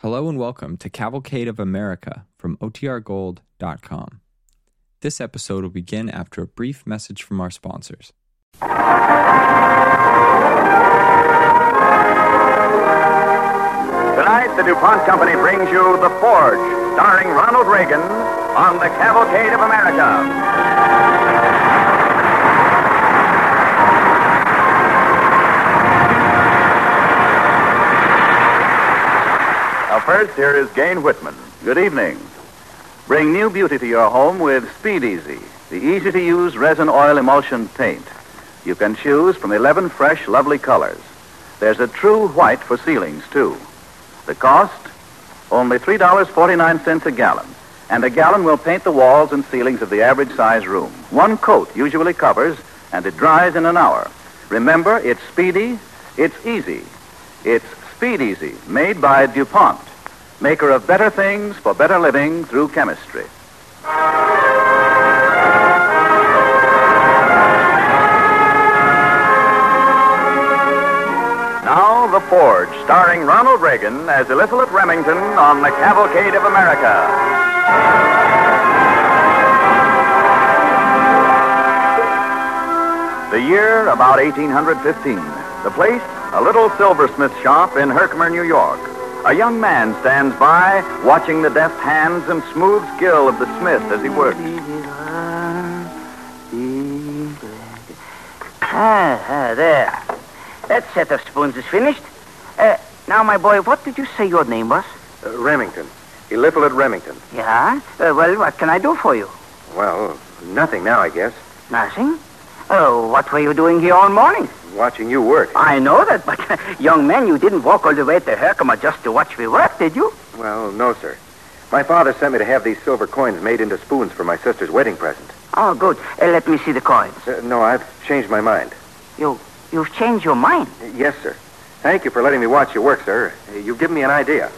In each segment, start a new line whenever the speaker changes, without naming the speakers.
Hello and welcome to Cavalcade of America from OTRGold.com. This episode will begin after a brief message from our sponsors.
Tonight, the DuPont Company brings you The Forge, starring Ronald Reagan on The Cavalcade of America. Now, first, here is Gain Whitman. Good evening. Bring new beauty to your home with Speed Easy, the easy to use resin oil emulsion paint. You can choose from 11 fresh, lovely colors. There's a true white for ceilings, too. The cost? Only $3.49 a gallon. And a gallon will paint the walls and ceilings of the average size room. One coat usually covers, and it dries in an hour. Remember, it's speedy, it's easy. It's Speed Easy, made by DuPont, maker of better things for better living through chemistry. Now, The Forge, starring Ronald Reagan as Elizabeth Remington on The Cavalcade of America. The year about 1815. The place, a little silversmith shop in Herkimer, New York. A young man stands by, watching the deft hands and smooth skill of the smith as he works.
Ah, ah, there. That set of spoons is finished. Uh, now, my boy, what did you say your name was?
Uh, Remington. Eliphalet Remington.
Yeah? Uh, well, what can I do for you?
Well, nothing now, I guess.
Nothing. Oh, what were you doing here all morning?
Watching you work.
I know that, but, young man, you didn't walk all the way to Herkimer just to watch me work, did you?
Well, no, sir. My father sent me to have these silver coins made into spoons for my sister's wedding present.
Oh, good. Uh, let me see the coins.
Uh, no, I've changed my mind.
You, you've changed your mind.
Uh, Yes, sir. Thank you for letting me watch you work, sir. Uh, You've given me an idea.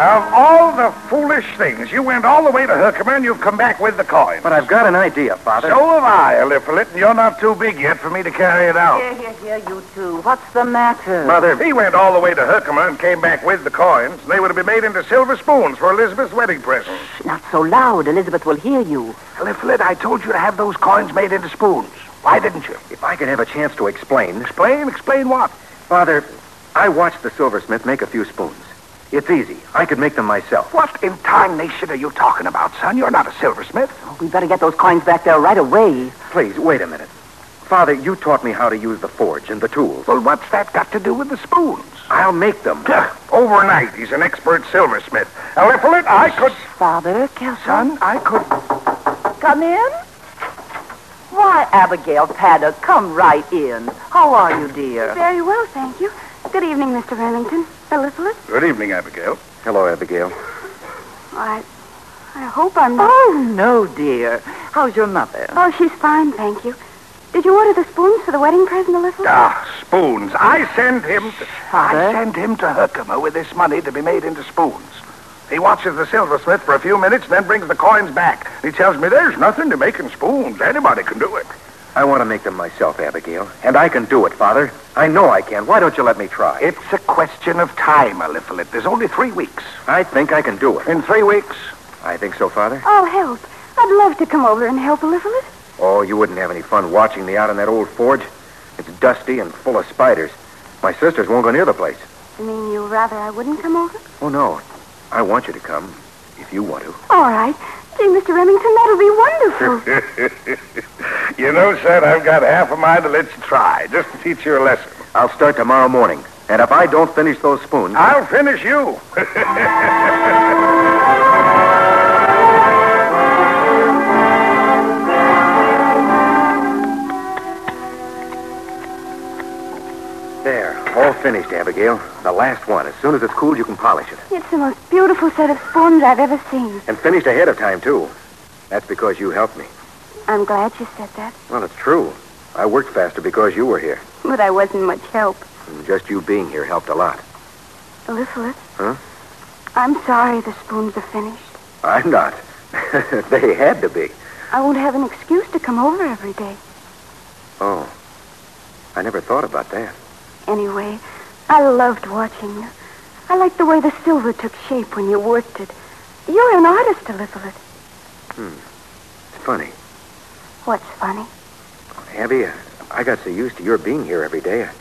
Of all the foolish things, you went all the way to Herkimer and you've come back with the coin.
But I've got an idea, Father.
So have I, Eliphalet, and you're not too big yet for me to carry it out.
Here, here, here, you two. What's the matter?
Mother, he went all the way to Herkimer and came back with the coins. They would have been made into silver spoons for Elizabeth's wedding present.
Not so loud. Elizabeth will hear you.
Eliphalet, I told you to have those coins made into spoons. Why didn't you?
If I could have a chance to explain.
Explain, explain what?
Father, I watched the silversmith make a few spoons. It's easy. I could make them myself.
What in tarnation are you talking about, son? You're not a silversmith.
We better get those coins back there right away.
Please, wait a minute. Father, you taught me how to use the forge and the tools.
Well, what's that got to do with the spoons?
I'll make them.
Overnight, he's an expert silversmith. Eliphalet, I could...
Father, careful.
Son, I could...
Come in.
Why, Abigail Paddock, come right in. How are you, dear?
Very well, thank you. Good evening, Mr. Remington. Eliphalet,
Good evening, Abigail.
Hello, Abigail.
I, I hope I'm not.
Oh, no, dear. How's your mother?
Oh, she's fine, thank you. Did you order the spoons for the wedding present, Eliphalet?
Ah, spoons. I send him. To, I
Father?
send him to Herkimer with this money to be made into spoons. He watches the silversmith for a few minutes, then brings the coins back. He tells me there's nothing to making spoons. Anybody can do it.
I want to make them myself, Abigail. And I can do it, Father. I know I can. Why don't you let me try?
It's a question of time, Eliphalet. There's only three weeks.
I think I can do it.
In three weeks,
I think so, Father.
I'll help. I'd love to come over and help Eliphalet.
Oh, you wouldn't have any fun watching me out in that old forge. It's dusty and full of spiders. My sisters won't go near the place.
You mean you rather I wouldn't come over?
Oh, no. I want you to come, if you want to.
All right. Gee, Mr. Remington, that'll be wonderful.
you know, son, I've got half a mind to let you try, just to teach you a lesson.
I'll start tomorrow morning. And if I don't finish those spoons,
I'll finish you.
There. All finished, Abigail. The last one. As soon as it's cooled, you can polish it.
it's the most beautiful set of spoons I've ever seen.
And finished ahead of time, too. That's because you helped me.
I'm glad you said that,
Well, it's true. I worked faster because you were here.
but I wasn't much help.
And just you being here helped a lot.
Eliphalet?
Huh?
I'm sorry the spoons are finished.
I'm not. they had to be.
I won't have an excuse to come over every day.
Oh. I never thought about that.
Anyway, I loved watching you. I liked the way the silver took shape when you worked it. You're an artist, Eliphalet.
It's funny.
What's funny?
Abby, I- I got so used to your being here every day, I,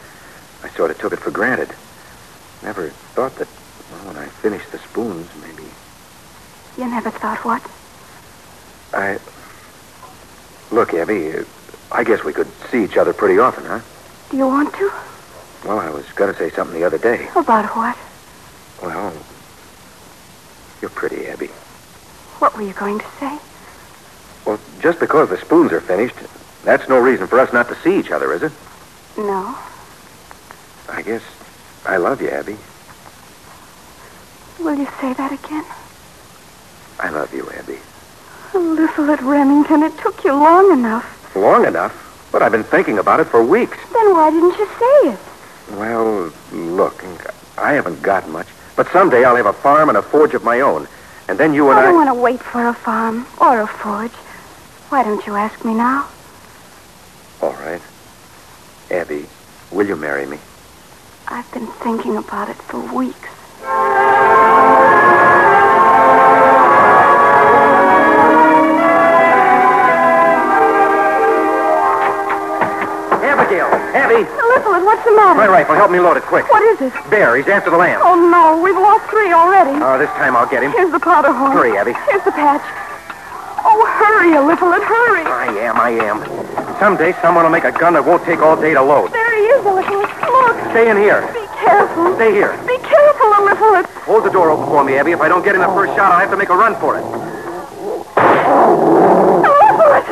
I sort of took it for granted. Never thought that, well, when I finished the spoons, maybe
You never thought what?
I. Look, Abby, uh, I guess we could see each other pretty often, huh?
Do you want to?
Well, I was going to say something the other day.
About what?
Well, you're pretty, Abby.
What were you going to say?
Well, just because the spoons are finished, that's no reason for us not to see each other, is it?
No.
I guess I love you, Abby.
Will you say that again?
I love you, Abby.
Eliphalet Remington, it took you long enough.
Long enough, but I've been thinking about it for weeks.
Then why didn't you say it?
Well, look, I haven't got much, but someday I'll have a farm and a forge of my own, and then you and
I
I.
don't want to wait for a farm or a forge. Why don't you ask me now?
All right, Abby, will you marry me?
I've been thinking about it for weeks.
Abigail, Abby,
Eliphalet, what's the matter?
my rifle, help me load it quick.
What is it?
Bear, he's after the lamb.
Oh, no. We've lost three already.
Oh, this time I'll get him.
Here's the powder horn.
Hurry, Abby.
Here's the patch. Oh, hurry, Eliphalet, hurry.
I am, I am. Someday someone will make a gun that won't take all day to load.
There he is, Eliphalet. Look.
Stay in here.
Be careful.
Stay here.
Be careful, Eliphalet.
Hold the door open for me, Abby. If I don't get in the first shot, I'll have to make a run for it.
Eliphalet.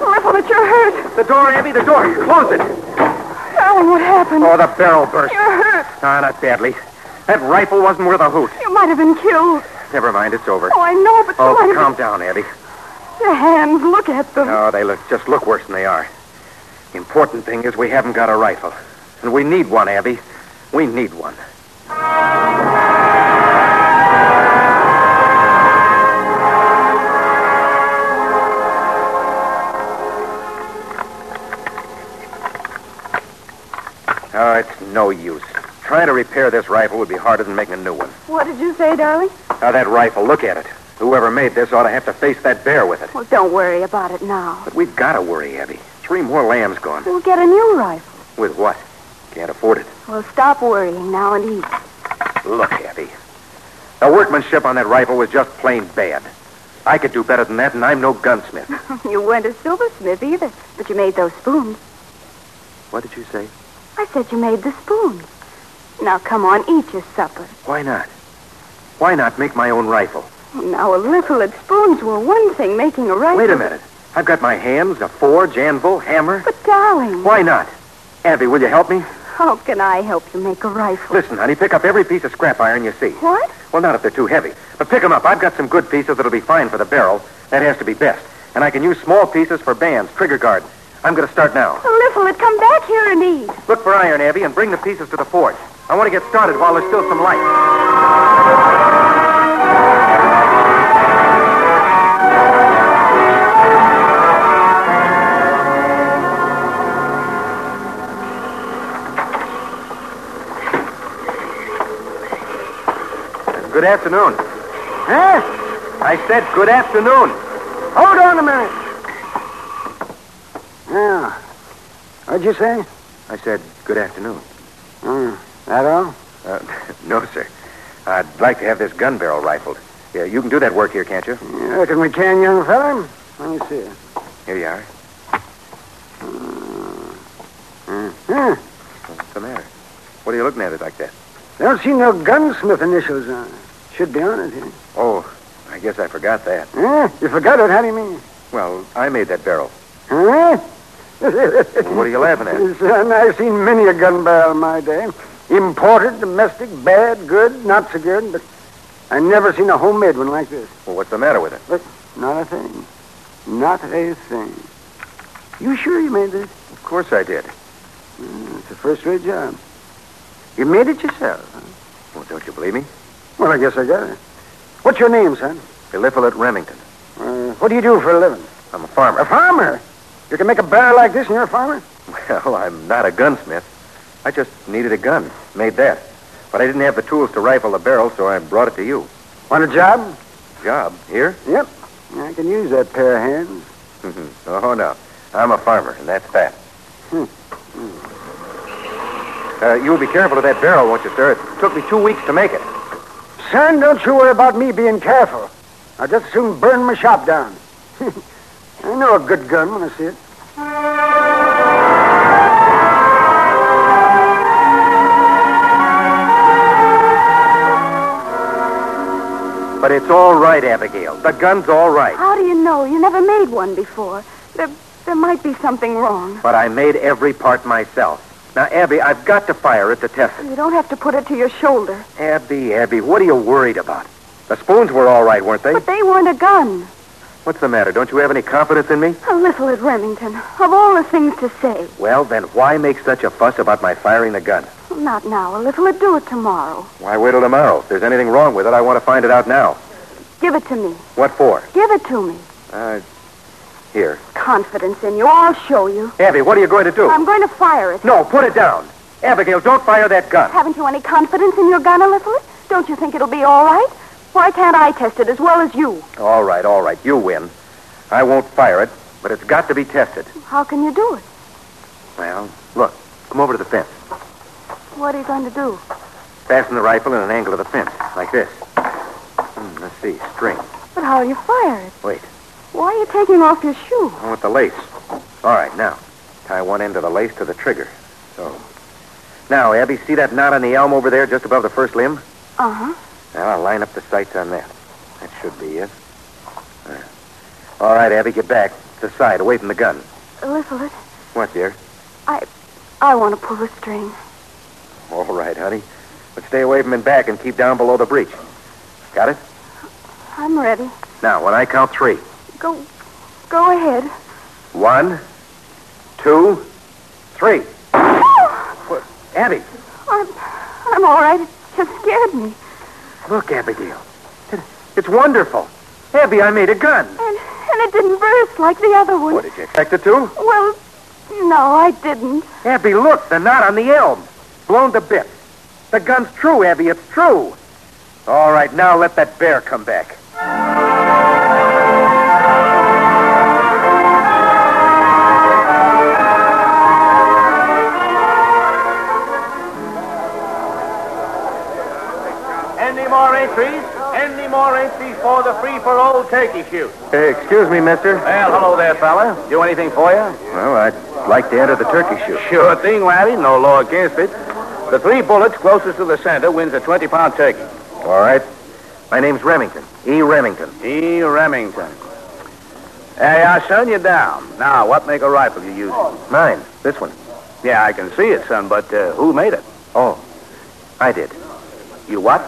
Eliphalet, you're hurt.
The door, Abby, the door. Close it.
Alan, what happened?
Oh, the barrel burst.
You're hurt.
Ah, not badly. That rifle wasn't worth a hoot.
You might have been killed.
Never mind, it's over.
Oh, I know, but
Oh,
somebody...
calm down, Abby.
Your hands, look at them.
Oh, they look just look worse than they are. The important thing is we haven't got a rifle. And we need one, Abby. We need one. Oh, it's no use. Trying to repair this rifle would be harder than making a new one.
What did you say, darling?
Now, that rifle, look at it. Whoever made this ought to have to face that bear with it.
Well, don't worry about it now.
But we've got to worry, Abby. Three more lambs gone.
We'll get a new rifle.
With what? Can't afford it.
Well, stop worrying now and eat.
Look, Abby. The workmanship on that rifle was just plain bad. I could do better than that, and I'm no gunsmith.
You weren't a silversmith either, but you made those spoons.
What did you say?
I said you made the spoons. Now, come on, eat your supper.
Why not? Why not make my own rifle?
Now, a little at spoons were one thing, making a rifle.
Wait a minute. I've got my hands, a forge, anvil, hammer.
But, darling,
Why not? Abby, will you help me?
how can I help you make a rifle?
Listen, honey, pick up every piece of scrap iron you see.
What?
Well, not if they're too heavy. But pick 'em up. I've got some good pieces that'll be fine for the barrel. That has to be best. And I can use small pieces for bands, trigger guard. I'm going to start now.
Eliphalet, come back here and eat.
Look for iron, Abby, and bring the pieces to the forge. I want to get started while there's still some light. Good afternoon. Huh? I said good afternoon.
Hold on a minute. Yeah. What'd you say?
I said good afternoon.
Hmm. That all?
Uh, no, sir. I'd like to have this gun barrel rifled. Yeah, you can do that work here, can't you?
You reckon we can, young fella? Let me see.
Here you are.
Huh.
Mm-hmm. What's the matter? What are you looking at it like that?
Don't see no gunsmith initials on it. Should be on it here.
Oh, I guess I forgot that.
Huh? You forgot it. How do you mean?
Well, I made that barrel.
Huh?
What are you laughing at?
Son, I've seen many a gun barrel in my day. Imported, domestic, bad, good, not so good, but I never seen a homemade one like this.
Well, what's the matter with it?
Not a thing. Not a thing. You sure you made this?
Of course I did.
Mm, it's a first-rate job. You made it yourself. huh?
Well, don't you believe me?
Well, I guess I got it. What's your name, son?
Eliphalet Remington.
Uh, what do you do for a living?
I'm a farmer.
A farmer? You can make a barrel like this and you're a farmer?
Well, I'm not a gunsmith. I just needed a gun. Made that. But I didn't have the tools to rifle the barrel, so I brought it to you.
Want a job?
Job? Here?
Yep. I can use that pair of hands.
oh, no. I'm a farmer, and that's that.
Hmm.
Uh, you'll be careful of that barrel, won't you, sir? It took me two weeks to make it.
Son, don't you worry about me being careful. I'll just soon burn my shop down. I know a good gun when I see it.
But it's all right, Abigail. The gun's all right.
How do you know? You never made one before. There, there might be something wrong.
But I made every part myself. Now, Abby, I've got to fire it to test it.
You don't have to put it to your shoulder.
Abby, Abby, what are you worried about? The spoons were all right, weren't they?
But they weren't a gun.
What's the matter? Don't you have any confidence in me?
A little at Remington. Of all the things to say.
Well, then why make such a fuss about my firing the gun?
Not now. A little would do it tomorrow.
Why wait till tomorrow? If there's anything wrong with it, I want to find it out now.
Give it to me.
What for?
Give it to me.
Uh, here.
Confidence in you. I'll show you.
Abby, what are you going to do?
I'm going to fire it.
No, put it down. Abigail, don't fire that gun.
Haven't you any confidence in your gun a little? Don't you think it'll be all right? Why can't I test it as well as you?
All right, all right. You win. I won't fire it, but it's got to be tested.
How can you do it?
Well, look. Come over to the fence.
What are you going to do?
Fasten the rifle in an angle of the fence, like this. Hmm, let's see. String.
But how will you fire it?
Wait.
Why are you taking off your shoe?
Oh, with the lace. All right, now. Tie one end of the lace to the trigger. So. Now, Abby, see that knot on the elm over there just above the first limb?
Uh-huh.
Now, I'll line up the sights on that. That should be it. There. All right, Abby, get back. To the side, away from the gun.
Lifflet,
What, dear?
I want to pull the string.
All right, honey. But stay away from it back and keep down below the breech. Got it?
I'm ready.
Now, when I count three.
Go, go ahead.
One, two, three. What? Abby,
I'm, I'm all right. It just scared me.
look, Abigail. It- It's wonderful. Abby, I made a gun.
And, and it didn't burst like the other one.
What did you expect it to?
Well, no, I didn't.
Abby, look, the knot on the elm. Blown to bits. The gun's true, Abby, it's true. All right, now let that bear come back.
Any more entries? Any more entries for the free for all turkey shoot?
excuse me, mister.
Well, hello there, fella. Do anything for you?
Well, I'd like to enter the turkey shoot.
Sure thing, laddie. No law against it. The three bullets closest to the center wins a 20-pound turkey.
All right. My name's Remington. E. Remington.
E. Remington. Hey, I son, you down. Now, what make a rifle you using?
Mine. This one.
Yeah, I can see it, son, but uh, who made it?
Oh, I did.
You what?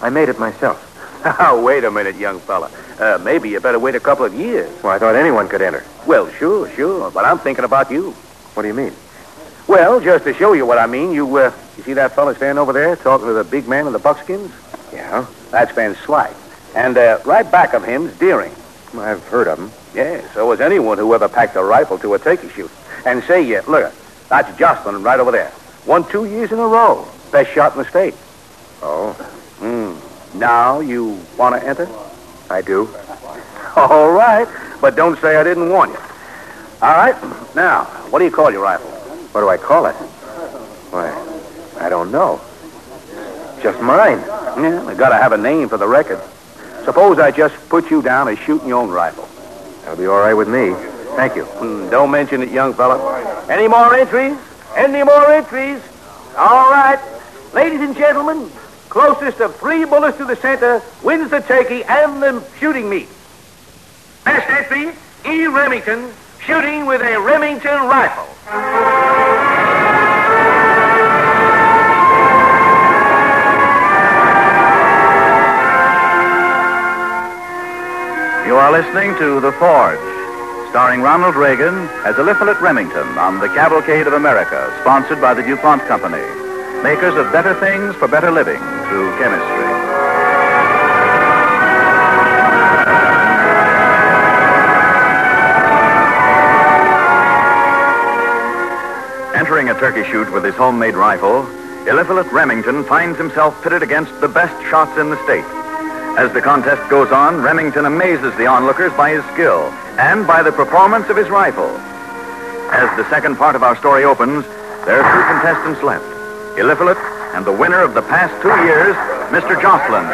I made it myself.
wait a minute, young fella. Uh, maybe you better wait a couple of years.
Well, I thought anyone could enter.
Well, sure, sure, but I'm thinking about you.
What do you mean?
Well, just to show you what I mean, you uh, you see that fella standing over there talking to the big man in the buckskins?
Yeah,
That's Van Slyke. And uh, right back of him's Deering.
I've heard of them.
Yeah, so was anyone who ever packed a rifle to a turkey shoot. And say, yeah, look, that's Jocelyn right over there. Won two years in a row. Best shot in the state.
Oh,
Hmm. Now you want to enter?
I do.
All right, but don't say I didn't warn you. All right, now, what do you call your rifle?
What do I call it? Why, I don't know. Just mine.
Yeah, I gotta have a name for the record. Suppose I just put you down as shooting your own rifle.
That'll be all right with me. Thank you.
Hmm, don't mention it, young fella. Any more entries? Any more entries? All right. Ladies and gentlemen, closest of three bullets to the center wins the turkey and the shooting meet. Best entry, E. Remington, shooting with a Remington rifle.
You are listening to The Forge, starring Ronald Reagan as Eliphalet Remington on The Cavalcade of America, sponsored by the DuPont Company, makers of better things for better living through chemistry. a turkey shoot with his homemade rifle, Eliphalet Remington finds himself pitted against the best shots in the state. As the contest goes on, Remington amazes the onlookers by his skill and by the performance of his rifle. As the second part of our story opens, there are two contestants left Eliphalet and the winner of the past two years, Mr. Joplin.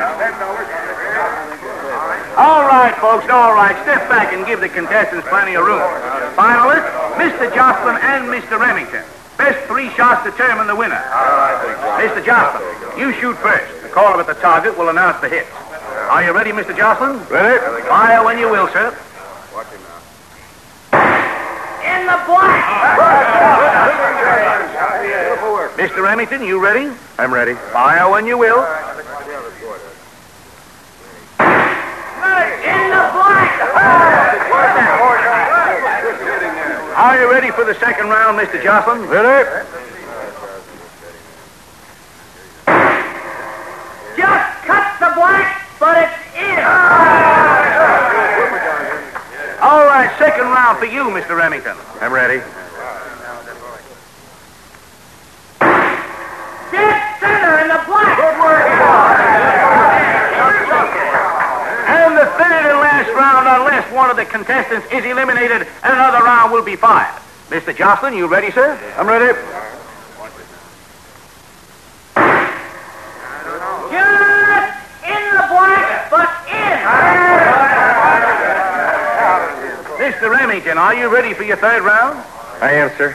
All right, folks, all right. Step back and give the contestants plenty of room. Finalists, Mr. Joplin and Mr. Remington. Best three shots determine the winner. Mr. Joplin, you shoot first. The caller at the target will announce the hits. Are you ready, Mr. Joplin? Ready. Fire when you will, sir.
In the black!
Mr. Remington, you ready? I'm ready. Fire when you will.
In the black!
Are you ready for the second round, Mr. Joplin? Ready.
Just cut the black, but it's in!
All right, second round for you, Mr. Remington. I'm ready.
Dead center in the black!
And the third and last round, unless one of the contestants is eliminated, another round will be fired. Mr. Jocelyn, you ready, sir? I'm ready.
Just in the black, but in!
Mr. Remington, are you ready for your third round?
I am, sir.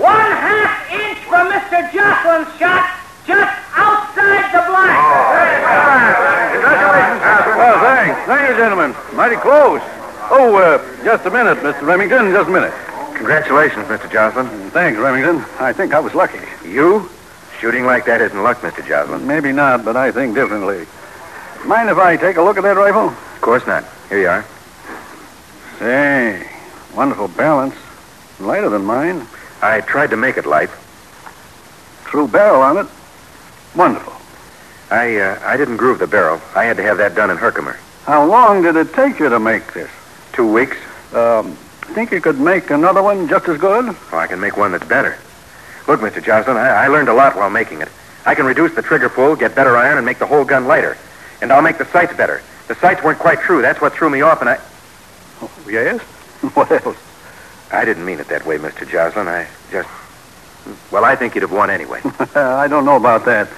One half inch for Mr. Joplin's shot, just outside the black!
Congratulations, Well, Oh, thanks. Thank you, gentlemen. Mighty close. Oh, uh, just a minute, Mr. Remington, just a minute.
Congratulations, Mr. Joslin.
Thanks, Remington. I think I was lucky.
You? Shooting like that isn't luck, Mr. Joslin.
Maybe not, but I think differently. Mind if I take a look at that rifle?
Of course not. Here you are.
Say, wonderful balance. Lighter than mine.
I tried to make it light.
True barrel on it. Wonderful.
I uh, I didn't groove the barrel. I had to have that done in Herkimer.
How long did it take you to make this?
Two weeks.
Um, think you could make another one just as good?
Oh, I can make one that's better. Look, Mr. Joslin, I, I learned a lot while making it. I can reduce the trigger pull, get better iron, and make the whole gun lighter. And I'll make the sights better. The sights weren't quite true. That's what threw me off, and I...
Yes. what else?
I didn't mean it that way, Mr. Joslin. I just... Well, I think you'd have won anyway.
I don't know about that.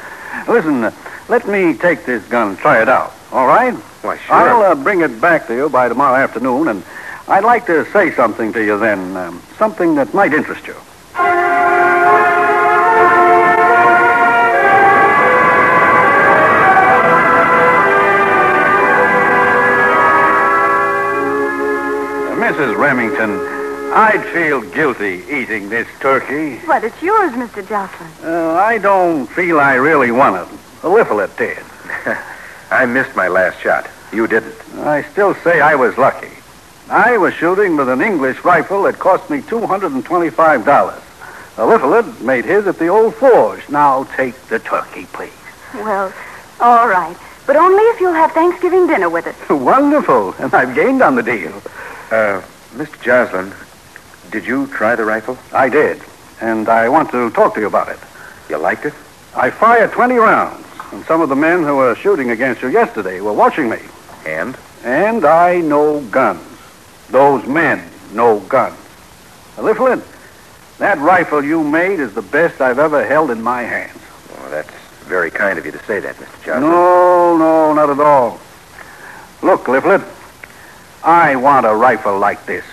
Listen, uh, let me take this gun and try it out. All right?
Why, sure.
I'll uh, bring it back to you by tomorrow afternoon, and I'd like to say something to you then, um, something that might interest you. Mrs. Remington, I'd feel guilty eating this turkey
But it's yours, Mr. Joplin.
uh, I don't feel I really want it. Eliphalet did.
I missed my last shot. You didn't.
I still say I was lucky. I was shooting with an English rifle that cost me $225. Eliphalet made his at the old forge. Now take the turkey, please.
Well, all right. But only if you'll have Thanksgiving dinner with us.
Wonderful. And I've gained on the deal.
Uh, Mr. Joslin, did you try the rifle?
I did. And I want to talk to you about it.
You liked it?
I fired 20 rounds, and some of the men who were shooting against you yesterday were watching me.
And?
And I know guns. Those men know guns. Lifflin, that rifle you made is the best I've ever held in my hands.
Oh, that's very kind of you to say that, Mr. Joslin.
No, no, not at all. Look, Lifflin, I want a rifle like this.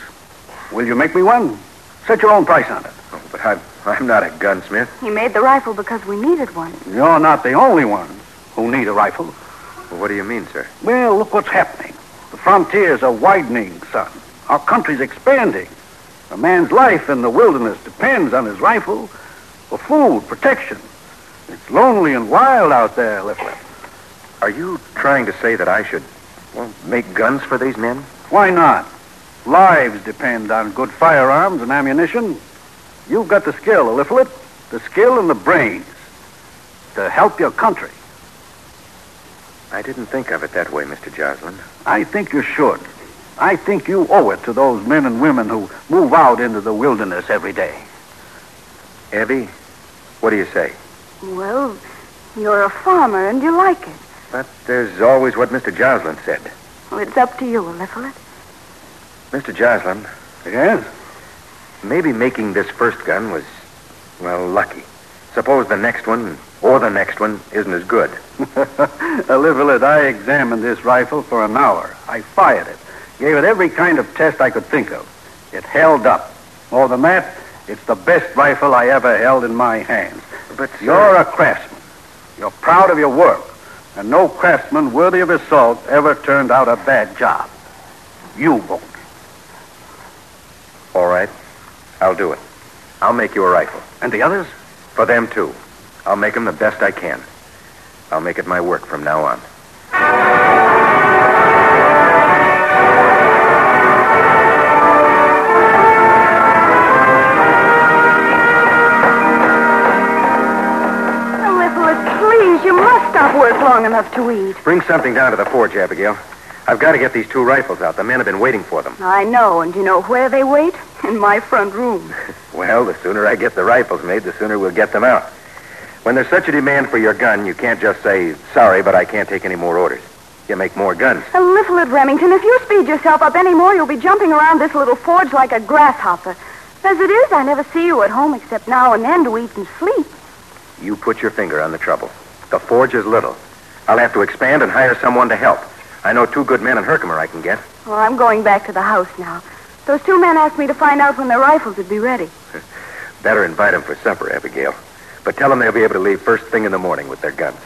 Will you make me one? Set your own price on it.
Oh, but I'm, I'm not a gunsmith.
He made the rifle because we needed one.
You're not the only ones who need a rifle.
Well, what do you mean, sir?
Well, look what's happening. The frontiers are widening, son. Our country's expanding. A man's life in the wilderness depends on his rifle for food, protection. It's lonely and wild out there, Lifflin.
Are you trying to say that I should, well, make guns for these men?
Why not? Lives depend on good firearms and ammunition. You've got the skill, Lifflet, the skill and the brains to help your country.
I didn't think of it that way, Mr. Joslin.
I think you should.
I think you owe it to those men and women who move out into the wilderness every day.
Evie, what do you say?
Well, you're a farmer and you like it.
But there's always what Mr. Joslin said.
Well, it's up to you, Lifelet.
Mr. Joslin,
Yes?
maybe making this first gun was, well, lucky. Suppose the next one, or the next one, isn't as good.
Liverlet, I examined this rifle for an hour. I fired it, gave it every kind of test I could think of. It held up. More than that, it's the best rifle I ever held in my hands.
But
You're a craftsman. You're proud of your work, and no craftsman worthy of his salt ever turned out a bad job. You won't.
All right, I'll do it. I'll make you a rifle.
And the others?
For them, too. I'll make them the best I can. I'll make it my work from now on.
Oh, Liverlet, please, you must stop work long enough to eat.
Bring something down to the forge, Abigail. I've got to get these two rifles out. The men have been waiting for them.
I know, and you know where they wait? In my front room.
Well, the sooner I get the rifles made, the sooner we'll get them out. When there's such a demand for your gun, you can't just say, sorry, but I can't take any more orders. You make more guns.
Uh, Liverlet, Remington, if you speed yourself up any more, you'll be jumping around this little forge like a grasshopper. As it is, I never see you at home except now and then to eat and sleep.
You put your finger on the trouble. The forge is little. I'll have to expand and hire someone to help. I know two good men in Herkimer I can get.
Well, I'm going back to the house now. Those two men asked me to find out when their rifles would be ready.
Better invite them for supper, Abigail. But tell them they'll be able to leave first thing in the morning with their guns.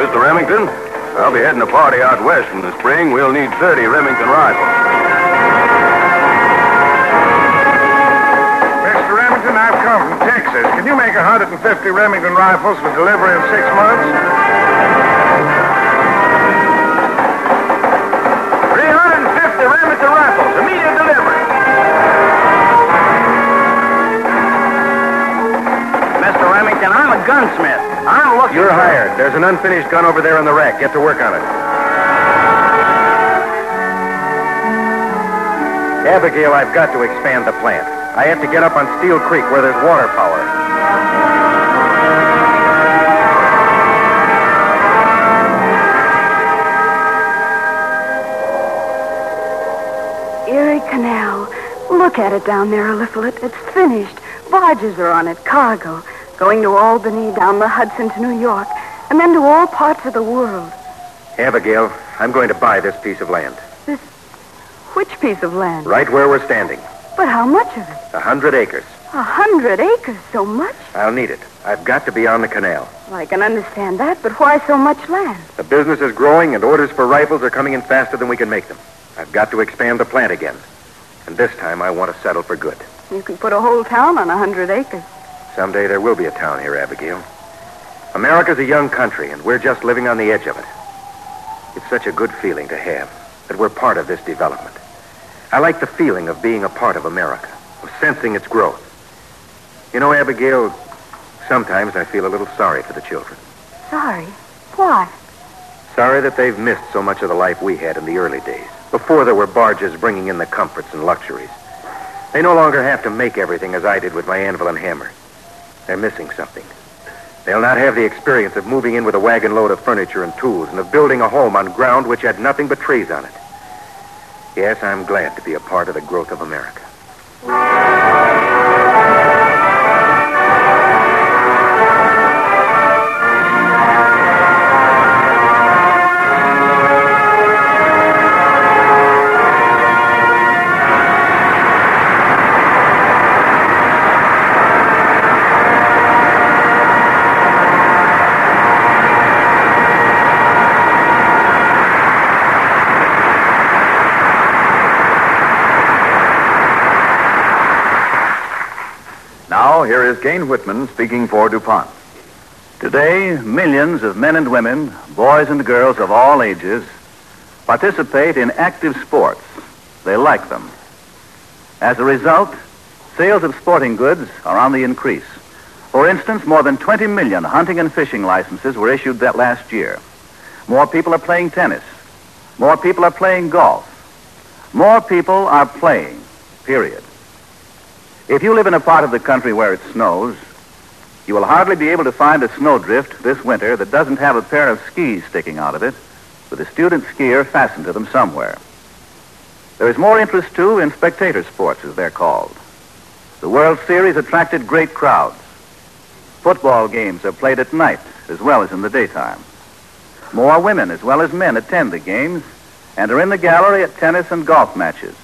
Mr. Remington, I'll be heading a party out west in the spring. We'll need 30 Remington rifles. Mr. Remington, I've come from Texas. Can you make 150 Remington rifles for delivery in six months? 350 Remington rifles, immediate delivery.
Mr. Remington, I'm a gunsmith. I'm looking.
You're hired. There's an unfinished gun over there on the rack. Get to work on it. Abigail, I've got to expand the plant. I have to get up on Steel Creek where there's water power.
Erie Canal. Look at it down there, Liverlet. It's finished. Barges are on it, cargo. Going to Albany, down the Hudson to New York, and then to all parts of the world.
Abigail, I'm going to buy this piece of land.
Which piece of land?
Right where we're standing.
But how much of it?
A hundred acres.
A hundred acres, so much?
I'll need it. I've got to be on the canal.
Well, I can understand that, but why so much land?
The business is growing, and orders for rifles are coming in faster than we can make them. I've got to expand the plant again. And this time I want to settle for good.
You could put a whole town on a hundred acres.
Someday there will be a town here, Abigail. America's a young country, and we're just living on the edge of it. It's such a good feeling to have that we're part of this development. I like the feeling of being a part of America, of sensing its growth. You know, Abigail, sometimes I feel a little sorry for the children.
Sorry. Why?
Sorry that they've missed so much of the life we had in the early days, before there were barges bringing in the comforts and luxuries. They no longer have to make everything as I did with my anvil and hammer. They're missing something. They'll not have the experience of moving in with a wagon load of furniture and tools and of building a home on ground which had nothing but trees on it. Yes, I'm glad to be a part of the growth of America.
Now, here is Gain Whitman speaking for DuPont.
Today, millions of men and women, boys and girls of all ages,
Participate in active sports. They like them. As a result, sales of sporting goods are on the increase.
For instance, more than 20 million hunting and fishing licenses were issued that last year. More people are playing tennis. More people are playing golf. More people are playing, period. If you live in a part of the country where it snows, you will hardly be able to find a snowdrift this winter that doesn't have a pair of skis sticking out of it with a student skier fastened to them somewhere. There is more interest, too, in spectator sports, as they're called. The World Series attracted great crowds. Football games are played at night as well as in the daytime. More women as well as men attend the games and are in the gallery at tennis and golf matches.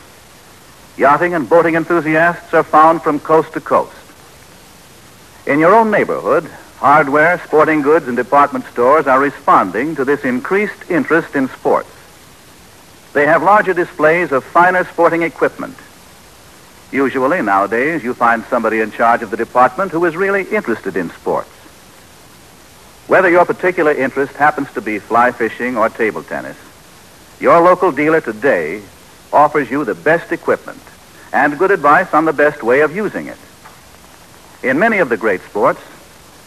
Yachting and boating enthusiasts are found from coast to coast. In your own neighborhood, hardware, sporting goods, and department stores are responding to this increased interest in sports. They have larger displays of finer sporting equipment. Usually, nowadays, you find somebody in charge of the department who is really interested in sports. Whether your particular interest happens to be fly fishing or table tennis, your local dealer today offers you the best equipment and good advice on the best way of using it. In many of the great sports,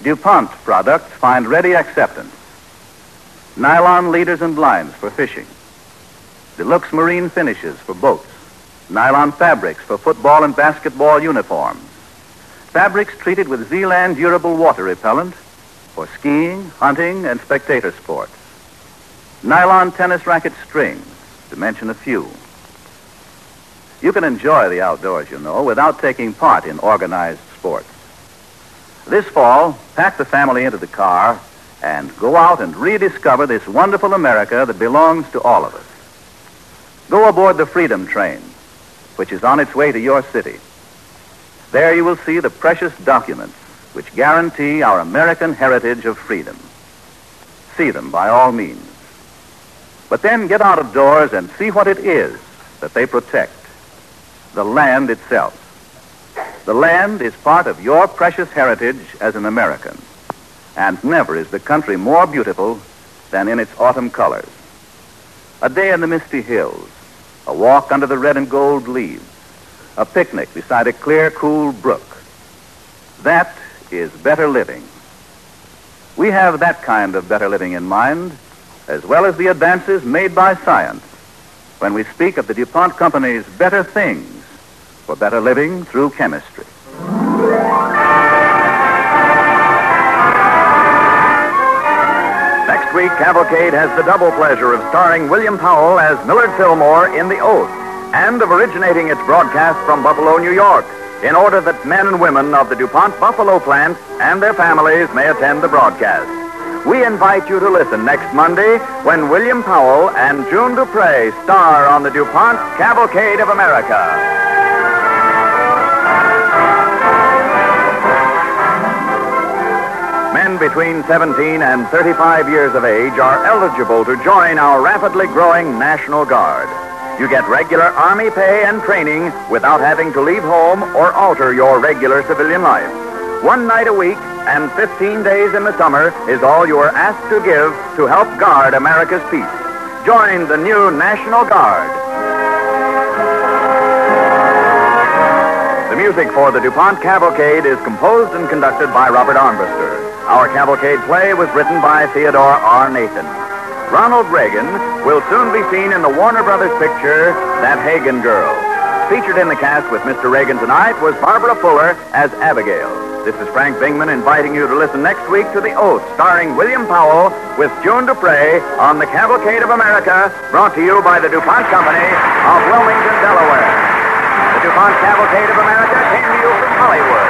DuPont products find ready acceptance. Nylon leaders and lines for fishing. Deluxe marine finishes for boats. Nylon fabrics for football and basketball uniforms. Fabrics treated with Zealand durable water repellent for skiing, hunting, and spectator sports. Nylon tennis racket strings, to mention a few. You can enjoy the outdoors, you know, without taking part in organized sports. This fall, pack the family into the car and go out and rediscover this wonderful America that belongs to all of us. Go aboard the Freedom Train, which is on its way to your city. There you will see the precious documents which guarantee our American heritage of freedom. See them by all means. But then get out of doors and see what it is that they protect the land itself. The land is part of your precious heritage as an American. And never is the country more beautiful than in its autumn colors. A day in the misty hills, a walk under the red and gold leaves, a picnic beside a clear, cool brook. That is better living. We have that kind of better living in mind, as well as the advances made by science, when we speak of the DuPont Company's better things for better living through chemistry.
Next week, Cavalcade has the double pleasure of starring William Powell as Millard Fillmore in The Oath and of originating its broadcast from Buffalo, New York, in order that men and women of the DuPont Buffalo plant and their families may attend the broadcast. We invite you to listen next Monday when William Powell and June Dupre star on the DuPont Cavalcade of America. Men between 17 and 35 years of age are eligible to join our rapidly growing National Guard. You get regular Army pay and training without having to leave home or alter your regular civilian life. One night a week and 15 days in the summer is all you are asked to give to help guard America's peace. Join the new National Guard. The music for the DuPont Cavalcade is composed and conducted by Robert Armbruster. Our cavalcade play was written by Theodore R. Nathan. Ronald Reagan will soon be seen in the Warner Brothers picture, That Hagen Girl. Featured in the cast with Mr. Reagan tonight was Barbara Fuller as Abigail. This is Frank Bingman inviting you to listen next week to The Oath, starring William Powell with June Dupre on The Cavalcade of America, brought to you by the DuPont Company of Wilmington, Delaware. The DuPont Cavalcade of America came to you from Hollywood.